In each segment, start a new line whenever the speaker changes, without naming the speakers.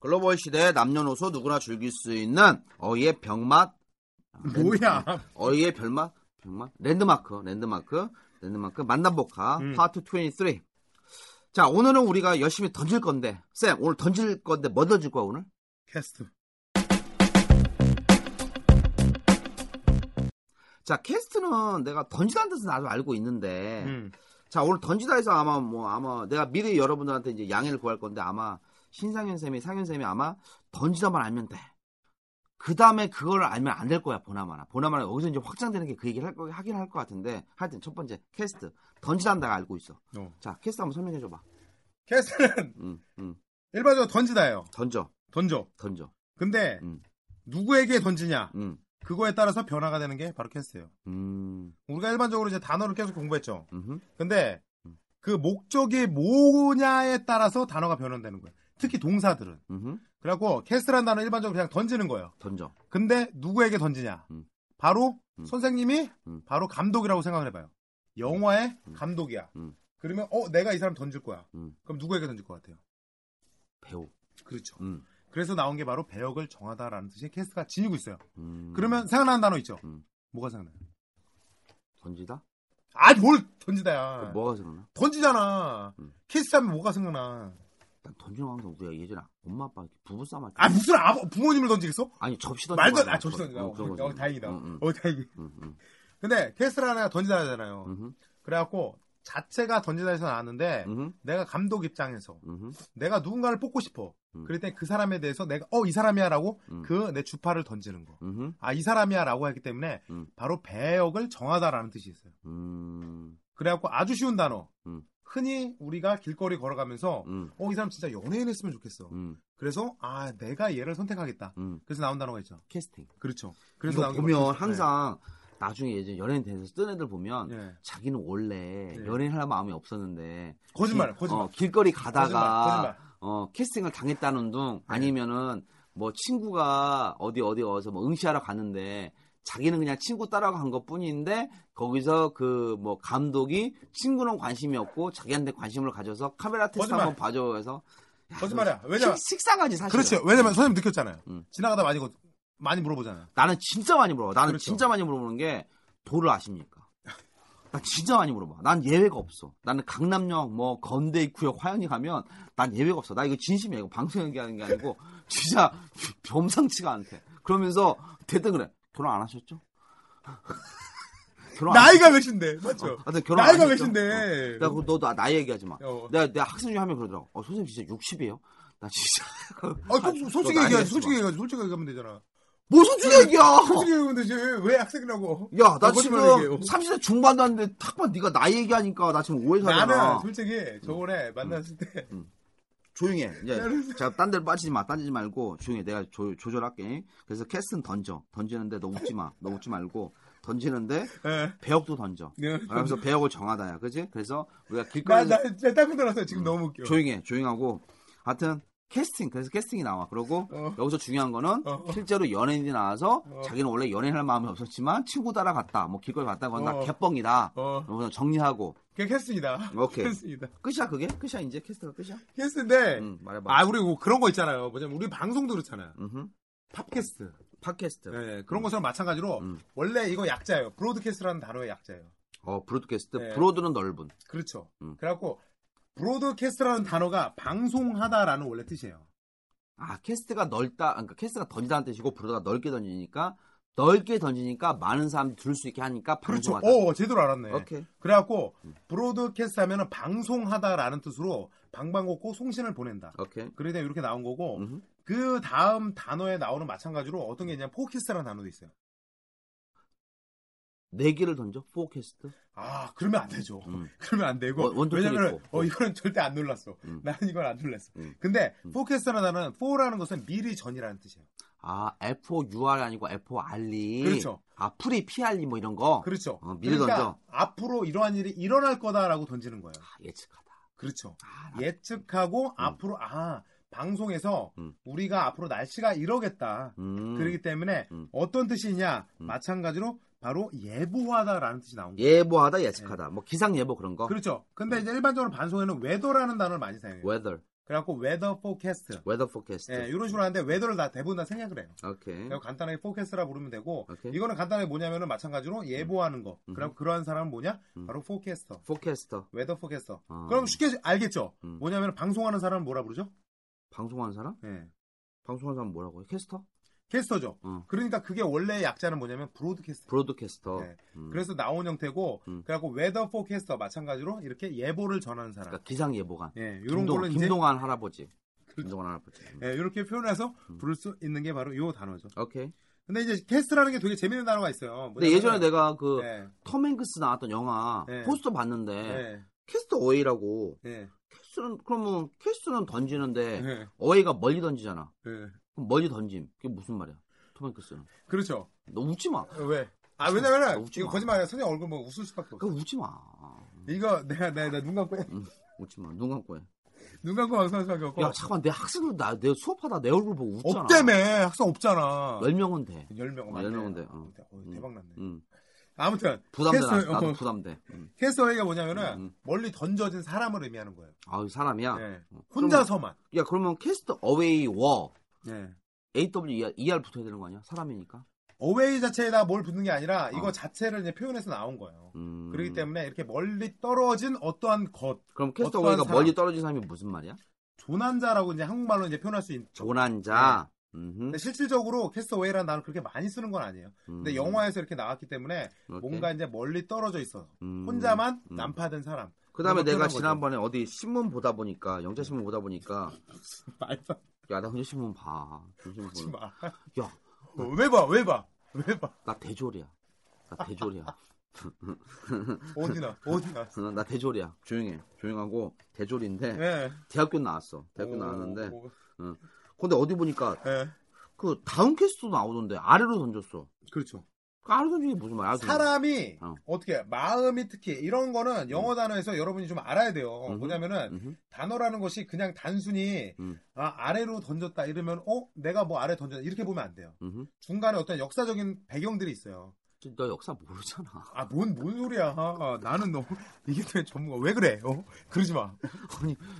글로벌 시대에 남녀노소 누구나 즐길 수 있는 어이의 병맛 아,
뭐야?
어이의 별맛 병맛 랜드마크 랜드마크 랜드마크
음.
만남복화 파트 23. 자 오늘은 우리가 열심히 던질 건데 쌤 오늘 던질 건데 뭐 던질 거야 오늘?
캐스트.
자 캐스트는 내가 던지다는 뜻은 아주 알고 있는데
음.
자 오늘 던지다에서 아마 뭐 아마 내가 미리 여러분들한테 이제 양해를 구할 건데 아마 신상현 쌤이 상현 쌤이 아마 던지다만 알면 돼. 그 다음에 그걸 알면 안 될 거야 보나마나 보나마나 여기서 이제 확장되는 게 그 얘기를 할 거, 하긴 할 것 같은데 하여튼 첫 번째 캐스트 던지다는 내가 알고 있어.
어.
자 캐스트 한번 설명해 줘봐.
캐스트는
음, 음.
일반적으로 던지다예요.
던져
던져.
던져.
근데
음.
누구에게 던지냐
음,
그거에 따라서 변화가 되는 게 바로 캐스트예요.
음,
우리가 일반적으로 이제 단어를 계속 공부했죠.
음,
근데 그 목적이 뭐냐에 따라서 단어가 변환되는 거예요. 특히 동사들은.
음,
그래갖고 캐스트라는 단어 일반적으로 그냥 던지는 거예요.
던져.
근데 누구에게 던지냐?
음.
바로
음.
선생님이
음.
바로 감독이라고 생각을 해봐요. 영화의 감독이야.
음.
그러면 어 내가 이 사람 던질 거야.
음.
그럼 누구에게 던질 것 같아요?
배우.
그렇죠.
음,
그래서 나온 게 바로 배역을 정하다라는 뜻의 캐스트가 지니고 있어요.
음.
그러면 생각나는 단어 있죠?
음.
뭐가 생각나요?
던지다?
아, 뭘 던지다야.
그럼 뭐가 생각나?
던지잖아.
음.
캐스트 하면 뭐가 생각나?
난 던지는 항상 우리가 예전에 엄마 아빠 부부싸움 할때
아, 무슨 아버, 부모님을 던지겠어?
아니 접시 던져
말도 안, 아, 접시 던지다. 어, 어, 다행이다.
음,
어, 다행이. 근데 캐스트를 하나 던지다잖아요.
음.
그래갖고 자체가 던지다에서 나왔는데 내가 감독 입장에서 내가 누군가를 뽑고 싶어.
음.
그럴 때 그 사람에 대해서 내가 어, 이 사람이야라고
음.
그 내 주파를 던지는 거. 아, 이 사람이야라고 했기 때문에
음.
바로 배역을 정하다라는 뜻이 있어요. 그래갖고 아주 쉬운 단어.
음.
흔히 우리가 길거리 걸어가면서 어, 이 사람 진짜 연예인 했으면
음.
좋겠어. 그래서 아, 내가 얘를 선택하겠다. 그래서 나온 단어가 있죠.
캐스팅
그렇죠.
그래서 이거
나온 게
보면
바로 캐스팅.
항상
네.
나중에 예전 연예인 돼서 뜬 애들 보면
예. 예.
자기는 원래
네.
연예인 할 마음이 없었는데
거짓말,
길-
거짓말.
어, 길거리
거짓말,
가다가
거짓말. 네.
어, 캐스팅을 당했다는 둥 아니면은 뭐 친구가 어디 어디 어서 뭐 응시하러 갔는데 자기는 그냥 친구 따라간 것 뿐인데 거기서 그 뭐 감독이 친구는 관심이 없고 자기한테 관심을 가져서 카메라 테스트
거짓말.
한번 봐줘 해서 야,
거짓말이야. 왜냐면
식- 식상하지 사실.
그렇죠. 왜냐면 선생님 느꼈잖아요.
음.
지나가다 많이 거- 많이 물어보잖아요.
나는 진짜 많이 물어봐. 나는
그렇죠.
진짜 많이 물어보는 게 도를 아십니까? 나 진짜 많이 물어봐. 난 예외가 없어. 나는 강남역, 뭐 건대 입구역, 화영이 가면 난 예외가 없어. 나 이거 진심이야. 이거 방송 얘기하는 게 아니고 진짜 범상치가 않대. 그러면서 대뜸 그래. 결혼 안 하셨죠? 결혼 안 어.
나이가 몇인데? 맞죠? 아,
하셨죠? 하여튼 결혼 안 하셨죠?
나이가
어.
몇인데?
야, 그거 너, 나, 나 얘기하지 마.
어.
내가, 내가 학생 중에 한 명 그러더라고. 어, 선생님 진짜 60이에요? 나 진짜.
아, 솔- 솔직히
너 나이
얘기하지.
얘기하지
솔직히
마.
얘기하지. 솔직히 얘기하면 되잖아.
뭐 솔직히 얘기야!
솔직히 얘기하면 되지. 왜 학생이라고?
야, 나
거짓말
지금
얘기해요.
30대 중반도 안 돼. 탁반 네가 나이 얘기하니까 나 지금 오해사잖아.
나는 솔직히
음.
저번에 만났을 때
조용히 해. 이제 자, 딴 데로 빠지지 마. 따지지 말고 조용히 해. 내가 조, 조절할게. 그래서 캐스는 던져. 던지는데 너 웃지 마. 너 웃지 말고 던지는데
예.
배역도 던져.
예.
그러면서 배역을 정하다야. 그지 그래서 우리가
나,
길거리
나, 진짜 딱 흔들었어요. 지금 너무 웃겨.
그러니까 음. 조용히 해. 조용하고 하여튼 캐스팅. 그래서 캐스팅이 나와. 그러고
어.
여기서 중요한 거는
어.
실제로 연예인이 나와서
어. 자기는
자기는 원래 연예인 할 마음이 없었지만 친구 따라갔다. 뭐 길거리 갔다. 그건 나
어.
개뻥이다.
어,
그러면서 정리하고
그냥 캐스팅이다.
오케이.
캐스팅이다.
끝이야 그게? 끝이야 이제 캐스트가 끝이야?
캐스팅인데,
응 말해봐.
아, 우리 뭐 그런 거 있잖아요. 뭐냐면, 우리 방송도 그렇잖아요.
음흠.
팝캐스트.
팟캐스트.
예, 그런 것처럼 마찬가지로,
음.
원래 이거 약자예요. 브로드캐스트라는 단어의 약자예요.
어 브로드캐스트.
네.
브로드는 넓은.
그렇죠.
음.
그래갖고, 브로드캐스트라는 단어가 방송하다라는 원래 뜻이에요.
아 캐스트가 넓다. 그러니까 캐스트가 던지다는 뜻이고 브로드가 넓게 던지니까 넓게 던지니까 많은 사람 들을 수 있게 하니까
그렇죠.
방송하다.
어, 제대로 알았네.
오케이. 음.
그래갖고 브로드캐스트 하면은 방송하다라는 뜻으로 방방곡곡 송신을 보낸다.
오케이.
그러다 이렇게 나온 거고
어. 음흠.
그 다음 단어에 나오는 마찬가지로 어떤 게 있냐면 포캐스트라는 단어도 있어요.
네 개를 던져. 포캐스트.
아, 그러면 안 되죠.
음.
그러면 안 되고.
원- 원투
왜냐면,
쓰리 포.
어, 이거는 절대 안 놀랐어.
음.
나는 이걸 안 놀랐어.
음.
근데, 포캐스트라는 단어는, 포라는 것은 미리 전이라는 뜻이에요.
아, F-O-U-R이 아니고 F-O-R-리.
그렇죠.
아, 프리, 피알리 뭐 이런 거.
그렇죠.
어, 미리
그러니까
던져.
앞으로 이러한 일이 일어날 거다라고 던지는 거예요.
아, 예측하다.
그렇죠.
아,
예측하고 앞으로 아 방송에서
음.
우리가 앞으로 날씨가 이러겠다.
음.
그렇기 때문에
음.
어떤 뜻이냐
음.
마찬가지로 바로 예보하다라는 뜻이 나온 거예요.
예보하다, 예측하다. 뭐 기상 예보 그런 거.
네. 그렇죠.
음.
근데 이제 일반적으로 반송에는 웨더라는 단어를 많이 사용해요.
weather,
그래갖고 웨더 포캐스트.
weather forecast.
예, 이런 식으로 하는데 웨더를 다 대부분 다 생략을 해요.
오케이.
그래서 간단하게 포캐스트라 부르면 되고
음. 아, 오케이.
이거는 간단하게 뭐냐면은 마찬가지로 예보하는 거.
음.
그래갖고 그러한 사람은 뭐냐?
음.
바로 포캐스터.
forecaster.
웨더 포캐스터.
아.
그럼 쉽게 알겠죠?
음.
뭐냐면 방송하는 사람은 뭐라 부르죠?
방송하는 사람?
예.
방송하는 사람 뭐라고 해? 캐스터?
캐스터죠.
어.
그러니까 그게 원래 약자는 뭐냐면 브로드캐스터.
브로드캐스터.
네.
음.
그래서 나온 형태고
음.
그래갖고 웨더 포캐스터 마찬가지로 이렇게 예보를 전하는 사람.
그러니까 기상 예보관.
예, 이런
김동,
걸로 이제 그렇죠.
김동완 할아버지. 김동완 할아버지. 음.
예, 이렇게 표현해서
음.
부를 수 있는 게 바로 이 단어죠.
오케이.
근데 이제 캐스트라는 게 되게 재밌는 단어가 있어요.
근데 예전에 내가 그
예,
톰행크스 나왔던 영화
네.
포스터 봤는데
예,
캐스터 어웨이라고
예,
캐스는 그러면 캐스는 던지는데
예,
어웨이가 멀리 던지잖아.
예.
그럼 멀리 던짐. 그게 무슨 말이야? 톰행크스는.
그렇죠.
너 웃지 마.
어, 왜? 아
웃지 마.
왜냐면은
웃지
이거
마.
거짓말이야. 선생 얼굴 뭐 웃을 수밖에
그거
없어.
웃지 마.
이거 내가 내가 내가 눈 감고 해.
웃지 마. 눈 감고 해.
눈 감고 방송할 수밖에 없고.
야, 잠깐 내 학생들 나 내 수업하다 내 얼굴 보고 웃잖아.
어. 없다며 학생 없잖아.
10명은 돼.
열 명,
어,
맞네.
열 명은 돼, 어.
어, 대박 났네.
음.
아무튼
부담돼 나,
캐스터-
나도
어.
부담돼. 음.
캐스터웨이가 뭐냐면은
음.
멀리 던져진 사람을 의미하는 거예요.
아유, 사람이야.
예.
어.
혼자서만.
야, 그러면 캐스트 어웨이 워
예.
AW ER 붙어야 되는 거 아니야? 사람이니까.
어웨이 자체에다 뭘 붙는 게 아니라 이거
어.
자체를 이제 표현해서 나온 거예요.
음.
그렇기 때문에 이렇게 멀리 떨어진 어떠한 것,
그럼 캐스트
어떠한
어웨이가
사람.
멀리 떨어진 사람이 무슨 말이야?
조난자라고 이제 한국말로 이제 표현할 수 있는.
조난자. 음흠.
네. 근데 실질적으로 캐스터웨이라는 단어 를 그렇게 많이 쓰는 건 아니에요. 근데
음.
영화에서 이렇게 나왔기 때문에
오케이.
뭔가 이제 멀리 떨어져 있어서
음.
혼자만
음.
난파된 사람.
그다음에 내가
그런 거 표현한 거죠.
지난번에 어디 신문 보다 보니까 영자 신문 보다 보니까
말도
야 나 영자 신문 봐. 영자
하지
신문 봐.
마.
야,
어, 왜 봐? 왜 봐? 왜 봐?
나 대졸이야. 나 대졸이야.
어디나 어디나.
나 대졸이야. 조용해. 조용하고 대졸인데
예.
대학교 나왔어. 대학교
오,
나왔는데
오,
근데 어디 보니까
예.
그 다운 캐스트도 나오던데 아래로 던졌어.
그렇죠.
그 아래로 던지는 게 무슨 말이야? 아래로
사람이
어.
어. 떻게 마음이 특히 이런 거는 영어 단어에서 여러분이 좀 알아야 돼요.
음흠.
뭐냐면은
던지는 거.
단어라는 것이 그냥 단순히
음.
아, 아래로 던졌다 이러면 어 내가 뭐 아래 던졌다 이렇게 보면 안 돼요.
음흠, 음흠.
중간에 어떤 역사적인 배경들이 있어요.
진짜 너 역사 모르잖아.
아 뭔 뭔 소리야? 아, 나는 너 이게 또 전문가 왜 그래? 어? 그러지 마.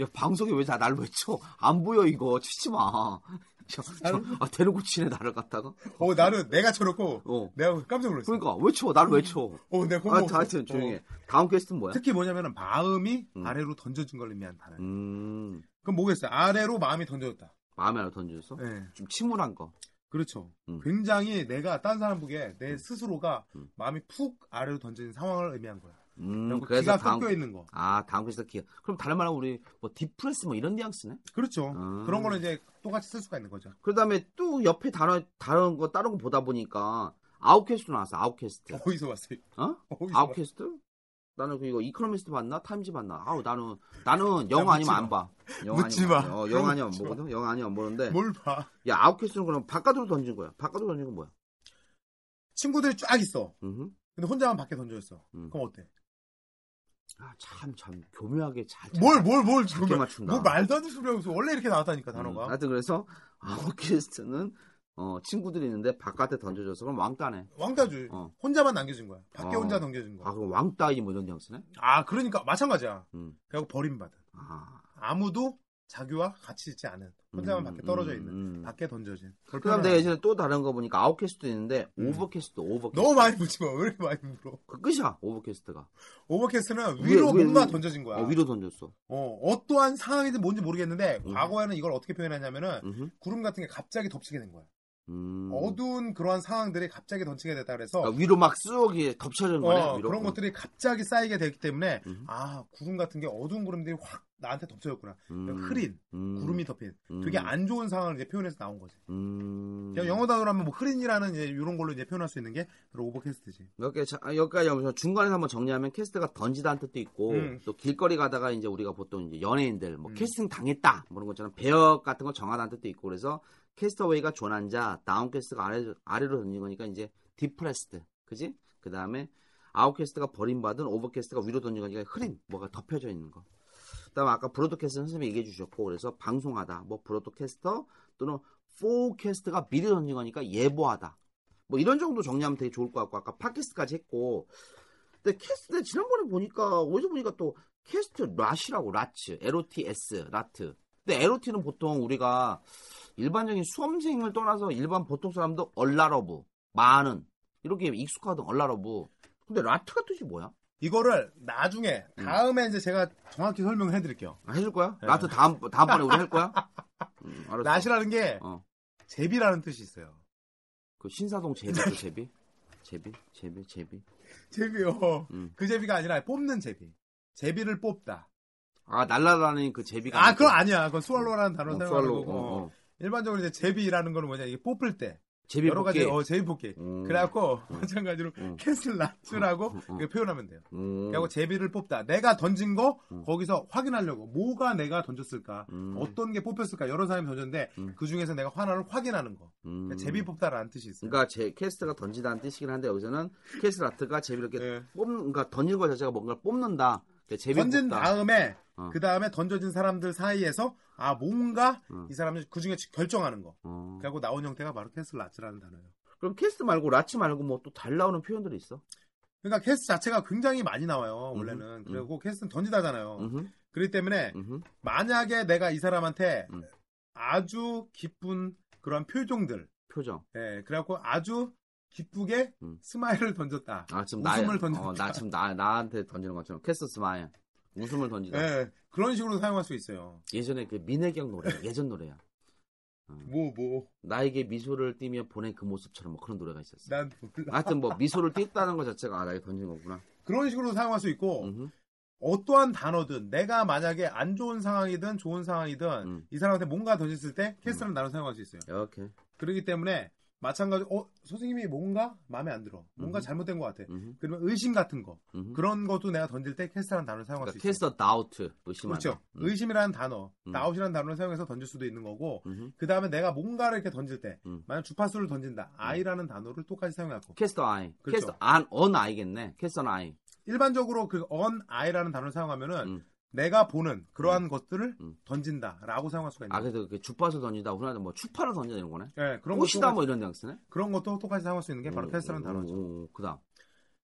야 방송에 왜 다 날 외쳐? 안 보여 이거 치지 마. 저, 저, 아 대놓고 치네 나를 갖다가.
어 나는 내가 쳐놓고
어.
내가 깜짝 놀랐어.
그러니까 외쳐 나를 외쳐.
어 내가
아,
고마워.
자, 하여튼 조용해. 다음 퀘스트는 뭐야?
특히 뭐냐면은 마음이
음.
아래로 던져진 걸 의미한 단어. 요
음,
그럼 뭐겠어요? 아래로 마음이 던져졌다.
마음에 안 던졌어?
예.
좀 침울한 거.
그렇죠.
음.
굉장히 내가 딴 사람 보기에 내 스스로가
음.
마음이 푹 아래로 던진 상황을 의미한 거야.
음,
그리고
그래서
기가
다음.
섞여 있는 거.
아 다음 퀘스트 기가. 그럼 다른 말로 우리 뭐 디프레스 뭐 이런 뉘앙스네?
그렇죠.
음.
그런 거는 이제 똑같이 쓸 수가 있는 거죠.
그다음에 또 옆에 다른 다른 거 다른 거 보다 보니까 아웃캐스트 나왔어. 아웃캐스트.
어디서 왔어요?
어?
어디서 왔-
네. 아웃캐스트? 나는 그 이거 이코노미스트 봤나? 타임즈 봤나? 아우 나는 나는 영화
묻지
아니면 안
마.
봐. 영화
묻지
아니면 안
마.
봐. 어, 영화
그럼
아니면 안
묻지
보거든. 영화 아니면 안 보는데
뭘 봐?
야 아웃캐스트는 그럼 바깥으로 던진 거야. 바깥으로 던진 건 뭐야?
친구들이 쫙 있어.
음흠.
근데 혼자만 밖에 던져졌어.
음.
그럼 어때?
아참참 교묘하게 잘. 잘-
뭘, 뭘, 뭘,
작게
그러면-
맞춘다.
뭐 말도 안 되는 소리 하면서 원래 이렇게 나왔다니까, 단어가.
음, 하여튼 그래서 아웃캐스트는 어, 친구들이 있는데 바깥에 던져줘서 그럼 왕따네.
왕따주.
어.
혼자만 남겨진 거야. 밖에
어.
혼자 남겨진
아
거야.
그럼 왕따이지 뭐 이런 뉘앙스네.
아, 그러니까, 마찬가지야.
음.
그래갖고 버림받은.
아.
아무도 자기와 같이 있지 않은. 혼자만 밖에 떨어져 있는.
음, 음.
밖에 던져진.
그다음 내가 예전에 또 다른 거 보니까 아웃캐스트 있는데 오버캐스트 오버캐스트
음. 너무 많이 묻지 마. 왜 이렇게 많이 물어?
그 끝이야 오버캐스트가
오버캐스트는
위에,
위로
위에,
뭔가
위로.
던져진 거야.
어, 위로 던졌어
어, 떠한 상황이든 뭔지 모르겠는데
음.
과거에는 이걸 어떻게 표현하냐면은
음흠.
구름 같은 게 갑자기 덮치게 된 거야.
음.
어두운 그러한 상황들이 갑자기 던지게 됐다 그래서
그러니까 위로 막 쑥이 덮쳐지는 거네.
어,
위로.
그런 것들이 갑자기 쌓이게 되기 때문에
음.
아 구름 같은 게 어두운 구름들이 확 나한테 덮쳐졌구나. 그러니까
음.
흐린
음.
구름이 덮인
음.
되게 안 좋은 상황을 이제 표현해서 나온 거지.
음.
그냥 영어 단어로 하면 뭐 흐린이라는 이제 이런 걸로 이제 표현할 수 있는 게 바로 오버캐스트지.
이렇게 자- 아, 여기까지 하면서 중간에서 한번 정리하면 캐스트가 던지다는 뜻도 있고
음.
또 길거리 가다가 이제 우리가 보통 이제 연예인들 뭐
음.
캐스팅 당했다 뭐 그런 것처럼 배역 같은 거 정하다는 뜻도 있고 그래서 캐스터웨이가 조난자 다운캐스트가 아래, 아래로 던진 거니까 이제 디프레스드 그지 그 다음에 아웃캐스트가 버림받은 오버캐스트가 위로 던진 거니까 흐린 뭐가 덮여져 있는 거 그다음 아까 브로드캐스트 선생님이 얘기해 주셨고 그래서 방송하다 뭐 브로드캐스터 또는 포캐스트가 미리 던진 거니까 예보하다 뭐 이런 정도 정리하면 되게 좋을 것 같고 아까 팟캐스트까지 했고 근데 캐스트 근데 지난번에 보니까 어디서 보니까 또 캐스트 라시라고 라츠 LOTS 라트 근데 LOT는 보통 우리가 일반적인 수험생을 떠나서 일반 보통 사람들 얼라러브 많은 이렇게 익숙하던 얼라러브 근데 라트가 뜻이 뭐야?
이거를 나중에 다음에 이제 제가 정확히 설명을 해드릴게요.
아, 해줄 거야?
네.
라트 다음 다음번에 우리 할 거야? 음, 알았어.
낫이라는 게
어.
제비라는 뜻이 있어요.
그 신사동 제비죠 제비 제비 제비 제비
제비요.
음.
그 제비가 아니라 뽑는 제비. 제비를 뽑다.
아 날라다니는 그 제비가
아, 그건 아니야. 그건 수알로라는 단어 를
어,
사용하는
수알로,
거고.
어, 어.
일반적으로 이제 제비라는 거는 뭐냐 이게 뽑을 때
제비
여러 가지
뽑기.
어 제비 뽑기.
음.
그래갖고 마찬가지로
음.
캐슬 라츠라고
음, 음.
이렇게 표현하면 돼요.
음.
그리고 제비를 뽑다. 내가 던진 거
음.
거기서 확인하려고 뭐가 내가 던졌을까,
음.
어떤 게 뽑혔을까 여러 사람이 던졌는데
음.
그 중에서 내가 하나를 확인하는 거.
음.
그러니까 제비 뽑다라는 뜻이 있어요.
그러니까 제 캐스트가 던지다는 뜻이긴 한데 여기서는 캐스트 라트가 제비 이렇게
예.
뽑는 그러니까 던지는 것 자체가 뭔가를 뽑는다. 그러니까 제비
던진
뽑다.
다음에
어.
그 다음에 던져진 사람들 사이에서 아 뭔가
음.
이 사람이 그 중에 결정하는 거.
어.
그리고 나온 형태가 바로 캐슬 라츠라는 단어예요.
그럼 캐스트 말고 라치 말고 뭐 또 잘 나오는 표현들이 있어?
그러니까 캐스트 자체가 굉장히 많이 나와요
음흠,
원래는
음.
그리고 캐스트는 던지다잖아요
음흠,
그렇기 때문에
음흠.
만약에 내가 이 사람한테
음.
아주 기쁜 그런 표정들
표정.
예 그래갖고 아주 기쁘게
음.
스마일을 던졌다
아 지금 나
웃음을 던졌다
어, 나 지금 나 나한테 던지는 것처럼 캐스트 스마일. 웃음을 던지다.
예 그런 식으로 사용할 수 있어요
예전에 그 민혜경 노래 예전 노래야. 음.
뭐 뭐 난
나에게 미소를 띠며 보낸 그 모습처럼 뭐 그런 노래가 있었어.
몰라
하여튼 뭐 미소를 띠었다는 것 자체가 아 나에게 던진 거구나.
그런 식으로 사용할 수 있고
음흠.
어떠한 단어든 내가 만약에 안 좋은 상황이든 좋은 상황이든
음.
이 사람한테 뭔가 던졌을 때 캐스트라는 단어 사용할 수 있어요
이렇게.
그렇기 때문에 마찬가지 어 선생님이 뭔가 마음에 안 들어 뭔가
음.
잘못된 것 같아
음흠,
그러면 의심 같은 거
음흠.
그런 것도 내가 던질 때 캐스트라는 단어를 사용할
그러니까
수 있어요
캐스터 다우트 의심하다.
그렇죠
음.
의심이라는 단어
음.
나웃이라는 단어를 사용해서 던질 수도 있는 거고
음흠.
그 다음에 내가 뭔가를 이렇게 던질 때
음.
만약 주파수를 던진다 아이라는 단어를 똑같이 사용하고
캐스터 아이.
그렇죠.
캐스터 안, 언 아이겠네. 캐스터 아이.
일반적으로 그 on 아이라는 단어를 사용하면은
음.
내가 보는 그러한 것들을
음.
던진다라고 사용할 수가 있는
아
거예요.
그래서 그 주파수 던지다 우리나라 뭐 추파를 던져야 되는 거네.
예, 네. 그런 것도
꽃이다
똑같이,
뭐 이런 뉘앙스네 음,
그런 것도 똑같이 사용할 수 있는 게 바로 캐스트라는 단어죠.
그다음.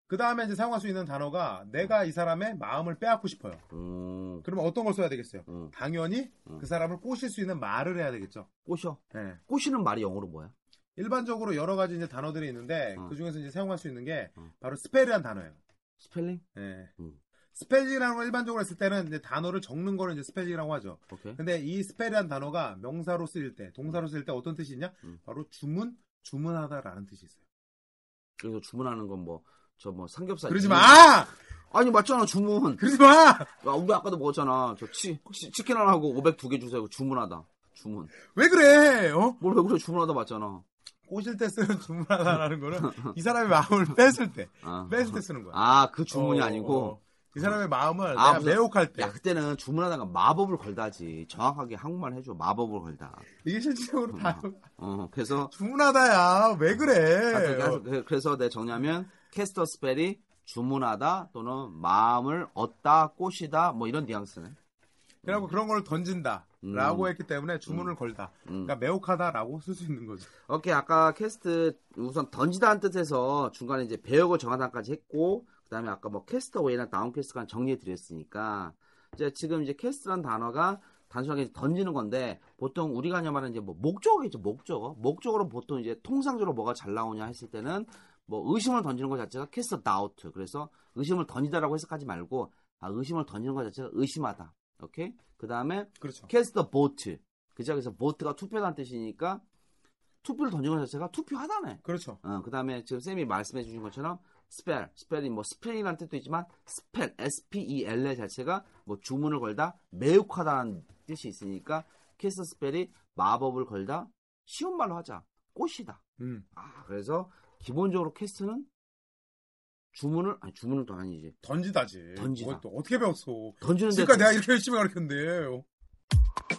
그 다음에 이제 사용할 수 있는 단어가 내가 이 사람의 마음을 빼앗고 싶어요.
오,
그러면 어떤 걸 써야 되겠어요?
음.
당연히
음.
그 사람을 꼬실 수 있는 말을 해야 되겠죠.
꼬셔.
예.
꼬시는 말이 영어로 뭐야?
일반적으로 여러 가지 이제 단어들이 있는데
음.
그 중에서 이제 사용할 수 있는 게
음.
바로 스펠이란 단어예요.
스펠링?
예.
음.
스펠링이라는 걸 일반적으로 했을 때는 이제 단어를 적는 거를 이제 스펠링이라고 하죠.
오케이.
근데 이 스펠이란 단어가 명사로 쓰일 때, 동사로 쓰일 때 어떤 뜻이 있냐?
음.
바로 주문, 주문하다라는 뜻이 있어요.
그래서 주문하는 건 뭐 저 뭐 삼겹살.
그러지
이-
마! 아!
음. 아니 맞잖아 주문.
그러지 마!
야, 우리 아까도 먹었잖아. 저 치, 치- 치킨 하나 하고 500두 개 주세요. 주문하다. 주문.
왜 그래? 어?
뭘 왜 그래 주문하다 맞잖아.
꼬실 때 쓰는 주문하다라는 거는 이 사람의 마음을 뺏을 때,
아.
뺏을 때 쓰는 거야.
아, 그 주문이
어,
아니고.
어. 이 사람의 마음을
아,
내가
무슨-
매혹할 때.
야, 그때는 주문하다가 마법을 걸다지. 정확하게 한국말 해줘. 마법을 걸다.
이게 실질적으로 다
어, 그래서,
주문하다야. 왜
아, 하여튼
그래? 어.
그래서- 그래- 그래서 내 정리하면, 캐스터 스펠이 주문하다 또는 마음을 얻다, 꼬시다, 뭐 이런 뉘앙스네.
그리고 그런 걸 던진다라고
음.
했기 때문에 주문을 걸다. 그러니까 매혹하다라고 쓸 수 있는 거죠.
오케이, 아까 캐스트, 우선 던지다는 뜻에서 중간에 이제 배역을 정하다까지 했고, 그 다음에 아까 뭐 캐스터 웨이나 다운 캐스트까지 정리해드렸으니까, 이제 지금 이제 캐스트란 단어가 단순하게 던지는 건데, 보통 우리가 그냥 말하는 이제 뭐 목적이죠, 목적어. 목적으로 보통 이제 통상적으로 뭐가 잘 나오냐 했을 때는, 뭐 의심을 던지는 것 자체가 캐스터 다우트. 그래서 의심을 던지다라고 해석하지 말고, 아, 의심을 던지는 것 자체가 의심하다. 오케이? 그 다음에
그렇죠.
캐스터 보트. 그 지역에서 보트가 투표란 뜻이니까 투표를 던진 것 자체가 투표하다네.
그렇죠.
어, 그 다음에 지금 쌤이 말씀해 주신 것처럼 스펠, 스펠이 뭐 스펠이라는 뜻도 있지만 스펠, S-P-E-L E 자체가 뭐 주문을 걸다, 매혹하다는 뜻이 있으니까 캐스 스펠이 마법을 걸다, 쉬운 말로 하자, 꽃이다.
음.
아, 그래서 기본적으로 캐스트는 주문을, 아니 주문은 또 아니지.
던지다지.
던지다.
그것도 어떻게 배웠어?
던지는데
그러니까 내가 이렇게 열심히 가르쳤는데.